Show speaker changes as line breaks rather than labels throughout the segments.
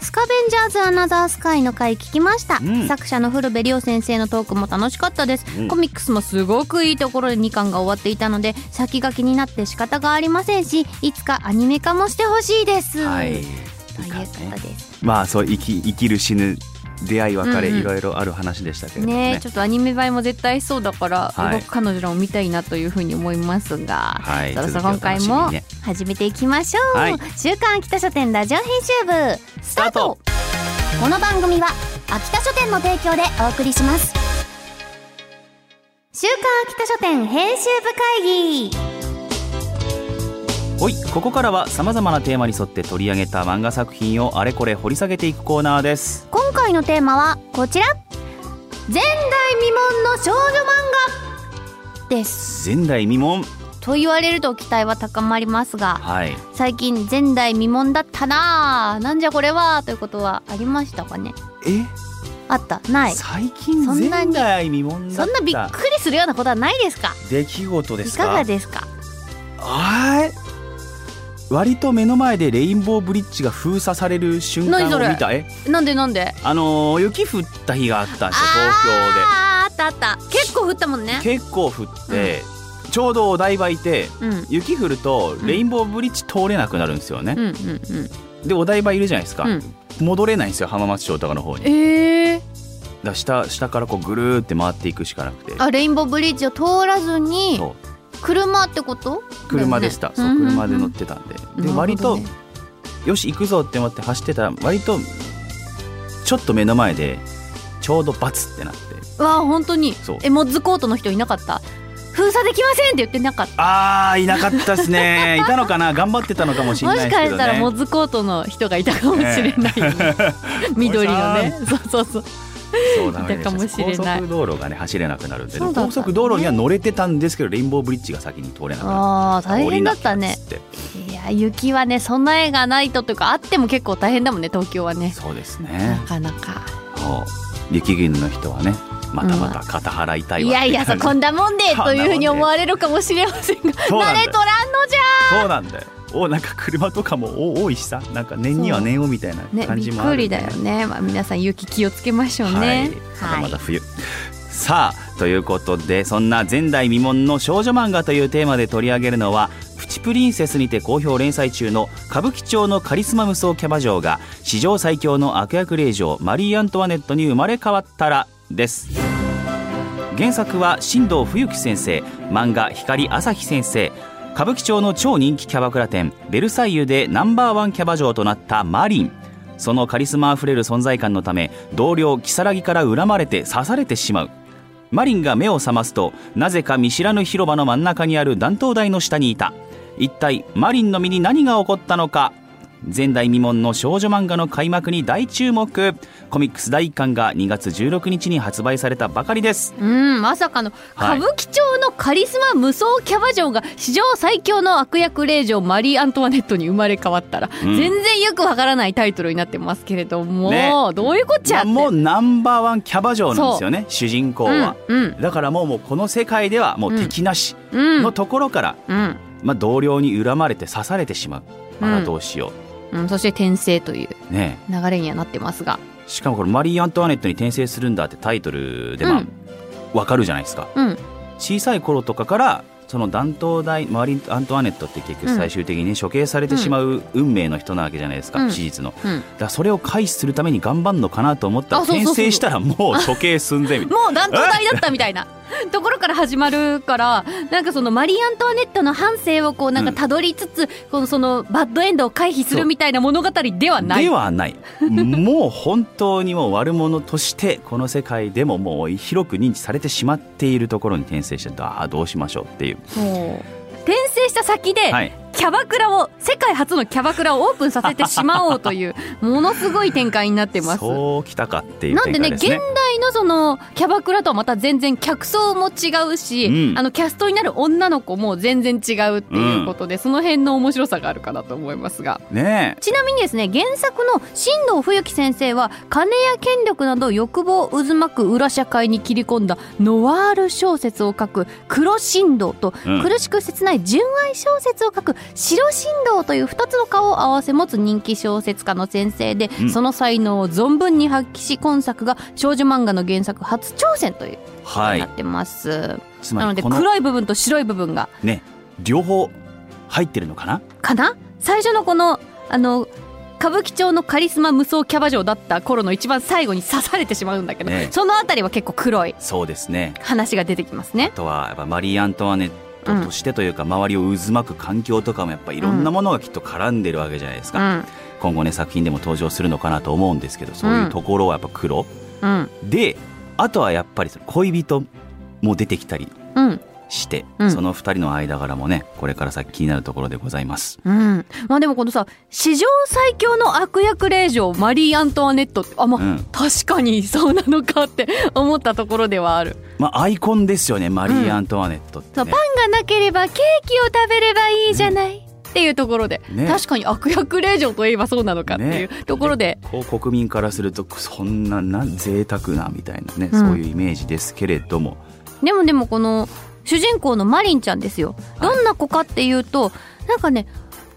スカベンジャーズアナザースカイの回聞きました、
うん
作者の古部亮先生のトークも楽しかったです、
うん
コミックスもすごくいいところで2巻が終わっていたので先が気になって仕方がありませんしいつかアニメ化もしてほしいです、
はい
ということです
まあそう生き生きる死ぬ出会い別れ、
うんうん
いろいろある話でしたけれども
ね
ね
ちょっとアニメ映えも絶対しそうだから、
はい
僕彼女らも見たいなというふうに思いますが、
はい
そろそろ今
続きお
回
楽しみ
も
にね
始めていきましょう、
はい
週刊秋田書店ラジオ編集部スタートこの番組は秋田書店の提供でお送りします週刊秋田書店編集部会議
はいここからはさまざまなテーマに沿って取り上げた漫画作品をあれこれ掘り下げていくコーナーです
今回のテーマはこちら前代未聞の少女漫画です
前代未聞
と言われると期待は高まりますが
はい
最近前代未聞だったなあなんじゃこれはということはありましたかね
え、
あったないそ
最近
そんな
前
に
代未聞だ
んなびっ
った
くりするようなことはないですか
出来事です
いか
か
がですか
はい割と目の前でレインボーブリッジが封鎖される瞬間
何それ
を見たえ
なんでなんで
あのー雪降った日があったんですよ東京で
あーあったあった結構降ったもんね
結構降って、ちょうどお台場いて
うんうん
雪降るとレインボーブリッジ通れなくなるんですよね
う、んうん
でお台場いるじゃないですか、
うん
戻れないんですよ浜松町とかの方にだか
えー、
ら下下からこうぐるーって回っていくしかなくて
あレインボーブリッジを通らずに
そう
車ってこと
車でした、
だ
そ
よ
う
ねんんん
車で乗ってたんで、で
なる
割
ほど
と
ね
よし行くぞって思って走ってたら割とちょっと目の前でちょうどバツってなって
わあ本当に
そう
えモッズコートの人いなかった封鎖できませんって言ってなかった
あーいなかったっすね いたのかな頑張ってたのかもしれ
も
な
し
いです
か
け
し
ど
たら
ね
モッズコートの人がいたかもしれないよね、緑のねそうそうそう
そうダメで
いたかもしれない
高速道路がね走れなくなるんで
そうだった
高速道路には乗れてたんですけどレインボーブリッジが先に通れなくなっ
あー
た
大変だった
降りな
ね
きゃっつって
いや雪はね備えがないとというかあっても結構大変だもんね東京はね
そうです
な
ね
かなか
そう雪国の人はねまたまた肩払いたいわ
いやいやそこんだもんで
こんなも
と
んで
いうふうに思われるかもしれませんが
そうな
慣
んだよ
れとらんのじゃ
そうなんだよおなんか車とかもお多いしさなんか年には年をみたいな
ね
感
び
じ
っ
もあ
く
る
り
んで
だよね、まあ、皆さん雪気をつけましょうね
はい、まだまだ冬、さあということでそんな前代未聞の少女漫画というテーマで取り上げるのは「プチプリンセス」にて好評連載中の歌舞伎町のカリスマ無双キャバ嬢が史上最強の悪役令嬢マリー・アントワネットに生まれ変わったらです原作は新藤冬樹先生漫画光朝日先生歌舞伎町の超人気キャバクラ店ベルサイユでナンバーワンキャバ嬢となったマリンそのカリスマあふれる存在感のため同僚如月から恨まれて刺されてしまうマリンが目を覚ますとなぜか見知らぬ広場の真ん中にある断頭台の下にいた一体マリンの身に何が起こったのか前代未聞の少女漫画の開幕に大注目コミックス第1巻が2月16日に発売されたばかりです
うんまさかの歌
はい
舞伎町のカリスマ無双キャバ嬢が史上最強の悪役令嬢マリー・アントワネットに生まれ変わったら、
うん
全然よくわからないタイトルになってますけれども、
ね
どういうこっちゃって
もうナンバーワンキャバ嬢なんですよね主人公は、
うん
だからもうもうこの世界ではもう敵なし
うんう
の
ん
ところから、
うん
まあ、同僚に恨まれて刺されてしまうあ
う
ら
ん
どうしよ
うん、そして転生という
う、ね
流れにはなってますが
えしかもこれ「マリー・アントワネットに転生するんだ」ってタイトルでま
う
あ、
ん
わかるじゃないですか
うん
小さい頃とかからその断頭台マリー・アントワネットって結
うん
局最終的にね処刑されてしまう運命の人なわけじゃないですか、
うん
史実のだ
うん
からそれを回避するために頑張るのかなと思ったら
あそうそうそう
転生したらもう処刑寸前みたいな
もう断頭台だったみたいなところから始まるからなんかそのマリー・アントワネットの半生をこうなんかたどりつつ、このそのバッドエンドを回避するみたいな物語ではない
ではない。もう本当にもう悪者としてこの世界でももう広く認知されてしまっているところに転生してああどうしましょうっていう。
もう転生した先で、
はい。
キャバクラを世界初のキャバクラをオープンさせてしまおうという ものすごい展開になってます。
そうきたかっていう
なん
展
でね
開です
現
ね。
代のそのキャバクラとはまた全然客層も違うし、
うん
あのキャストになる女の子も全然違うっていうことで、その辺の面白さがあるかなと思いますが
ね
ちなみにですね原作の新藤冬樹先生は金や権力など欲望を渦巻く裏社会に切り込んだノワール小説を書く黒新藤と、
うん
苦しく切ない純愛小説を書く白新藤という2つの顔を合わせ持つ人気小説家の先生で、
うん
その才能を存分に発揮し今作が少女漫画の原作初挑戦という
え、
こと
は。
にないってます、
つ
な
ま
の
り
で
この
黒い部分と白い部分が
ね両方入ってるのかな。
かな最初のこのあの歌舞伎町のカリスマ無双キャバ嬢だった頃の一番最後に刺されてしまうんだけど、
ね
そのあたりは結構黒い
そうですね。
話が出てきます
あ
ね。
とはやっぱマリー・アントワネットとしてというか、周りを渦巻く環境とかもやっぱいろんなものがきっと絡んでるわけじゃないです
う
か、
ん、
今後ね作品でも登場するのかなと思うんですけどそういうところはやっぱ黒、
うん、
であとはやっぱりその恋人も出てきたり
うん、
して、
うん
その二人の間柄もねこれから先気になるところでございます
うん。まあでもこのさ、史上最強の悪役令嬢マリー・アントワネットって、あ、まあ、
うん
確かにそうなのかって思ったところではある。
まあアイコンですよねマリー・アントワネットって、
そう
ね
パンがなければケーキを食べればいいじゃない、っていうところで、
ね
確かに悪役令嬢といえばそうなのかっていうところで、
こう国民からするとそんなな贅沢なみたいなね、
うん
そういうイメージですけれども
でもでもこの主人公のマリンちゃんですよ
はい
どんな子かっていうと、なんかね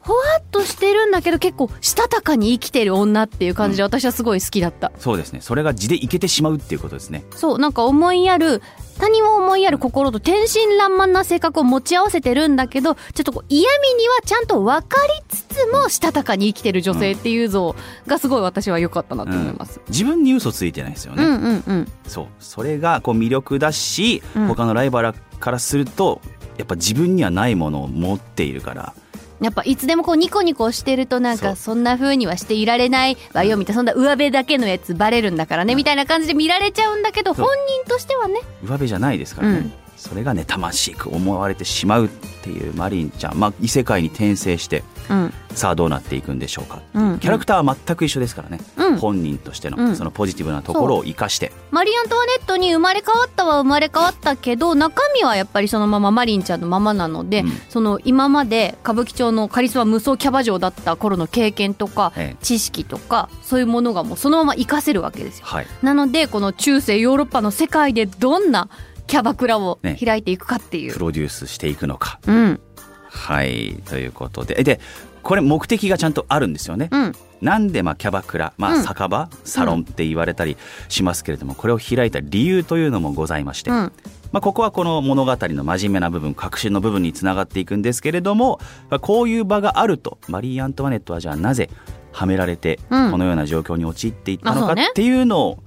ほわっとしてるんだけど結構したたかに生きてる女っていう感じで私はすごい好きだった、
そうですねそれが地でいけてしまうっていうことですね
そうなんか思いやる他人を思いやる心と天真爛漫な性格を持ち合わせてるんだけどちょっとこう嫌味にはちゃんと分かりつつもしたたかに生きてる女性っていう像がすごい私は良かったなと思います、
自分に嘘ついてないですよ
う
ね、
ん、うんうん
そうそれがこう魅力だし、
うん
他のライバルからするとやっぱ自分にはないものを持っているから
やっぱいつでもこうニコニコしてるとなん
そう
かそんな風にはしていられないわよみたいなそんな上辺だけのやつバレるんだからねみたいな感じで見られちゃうんだけど
そう
本人としてはね
上辺じゃないですからね、
うん
それがねましく思われてしまうっていうマリンちゃん、まあ、異世界に転生して
うん
さあどうなっていくんでしょうか、
うん
キャラクターは全く一緒ですからね、
うん
本人としての、
うん
そのポジティブなところを生かして
マリー・アントワネットに生まれ変わったは生まれ変わったけど中身はやっぱりそのままマリンちゃんのままなので、
うん
その今まで歌舞伎町のカリスマ無双キャバ嬢だった頃の経験とか
ええ
知識とかそういうものがもうそのまま活かせるわけですよ
はい
なのでこの中世ヨーロッパの世界でどんなキャバクラを
ね
開いていくかっていう、
プロデュースしていくのか
うん
はいということでえでこれ目的がちゃんとあるんですよね、
うん
なんでまあキャバクラ、まあ、
うん
酒場、サロンって言われたりしますけれども、これを開いた理由というのもございまして、
う
ま
ん
あ、ここはこの物語の真面目な部分革新の部分につながっていくんですけれども、まあ、こういう場があるとマリー・アントワネットはじゃあなぜはめられてこ
うん
のような状況に陥っていったの
あそ
か
うね
っていうのを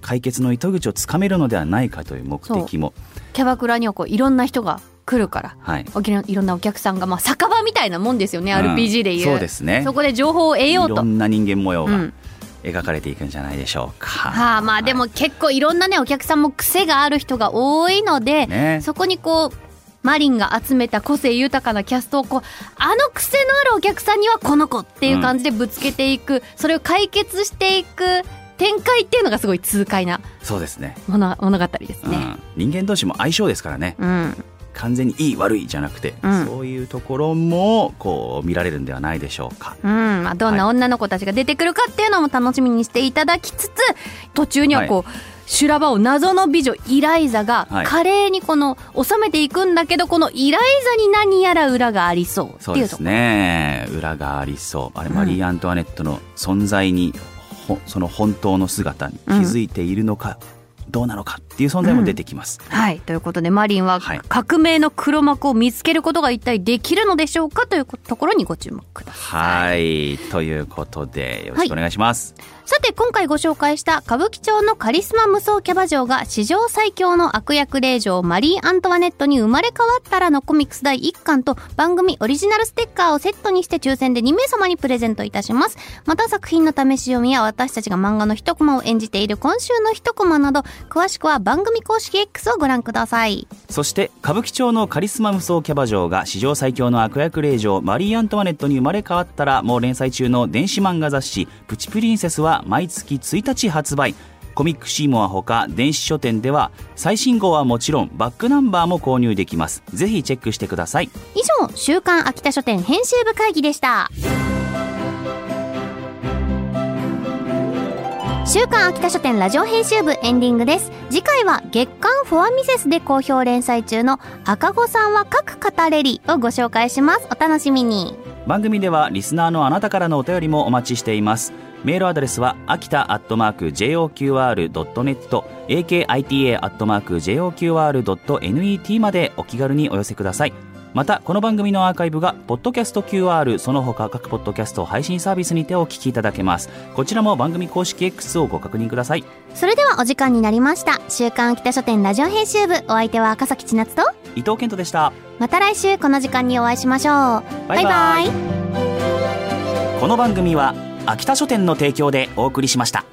解決の糸口をつかめるのではないかという目的も、
キャバクラにはこういろんな人が来るから
はい、
おきいろんなお客さんが、まあ、酒場みたいなもんですよね、
うん
RPG でいう
そうですね
そこで情報を得
い
ようと
ろ。んな人間模様
う
が
ん
描かれていくんじゃないでしょうか。
はあ、まあでも結構いろんなねお客さんも癖がある人が多いので、
ね
そこにこうマリンが集めた個性豊かなキャストをこうあの癖のあるお客さんにはこの子っていう感じでぶつけていく、それを解決していく展開っていうのがすごい痛快な
そうですね
物物語です
う
ね。
ん、人間同士も相性ですからね、
うん、
完全にいい悪いじゃなくて、
うん
そういうところもこう見られるんではないでしょうか。
うんまあ、どんな女の子たちが出てくるかっていうのも楽しみにしていただきつつ途中にはこう、修羅場を謎の美女イライザが
はい
華麗にこの収めていくんだけど、このイライザに何やら裏がありそうって
そ
いうう
で
と
す
こ
ね裏がありそうあれ、
うん
マリー・アントワネットの存在にほその本当の姿に気づいているのか、どうなのかっていう存在も出てきます。
はいということでマリンは
はい
革命の黒幕を見つけることが一体できるのでしょうかというところにご注目ください。
はいということでよろしくお願いします。
さて今回ご紹介した歌舞伎町のカリスマ無双キャバ嬢が史上最強の悪役令嬢マリー・アントワネットに生まれ変わったらのコミックス第1巻と番組オリジナルステッカーをセットにして抽選で2名様にプレゼントいたしますまた作品の試し読みや私たちが漫画の一コマを演じている今週の一コマなど詳しくは番組公式 X をご覧ください
そして歌舞伎町のカリスマ無双キャバ嬢が史上最強の悪役令嬢マリー・アントワネットに生まれ変わったらもう連載中の電子漫画雑誌「プチプリンセス」は毎月1日発売コミックシーモアほか電子書店では最新号はもちろんバックナンバーも購入できますぜひチェックしてください
以上「週刊秋田書店編集部会議」でした週刊秋田書店ラジオ編集部エンディングです次回は月刊フォアミセスで好評連載中の赤子さんは各語れりをご紹介しますお楽しみに
番組ではリスナーのあなたからのお便りもお待ちしていますメールアドレスは秋田アットマーク JOQR.net akita アットマーク JOQR.net までお気軽にお寄せくださいまたこの番組のアーカイブがポッドキャスト QR その他各ポッドキャスト配信サービスにてお聞きいただけますこちらも番組公式 X をご確認ください
それではお時間になりました週刊秋田書店ラジオ編集部お相手は赤崎千夏と
伊藤健人でした
また来週この時間にお会いしましょう
バイバイ
バイバイ
この番組は秋田書店の提供でお送りしました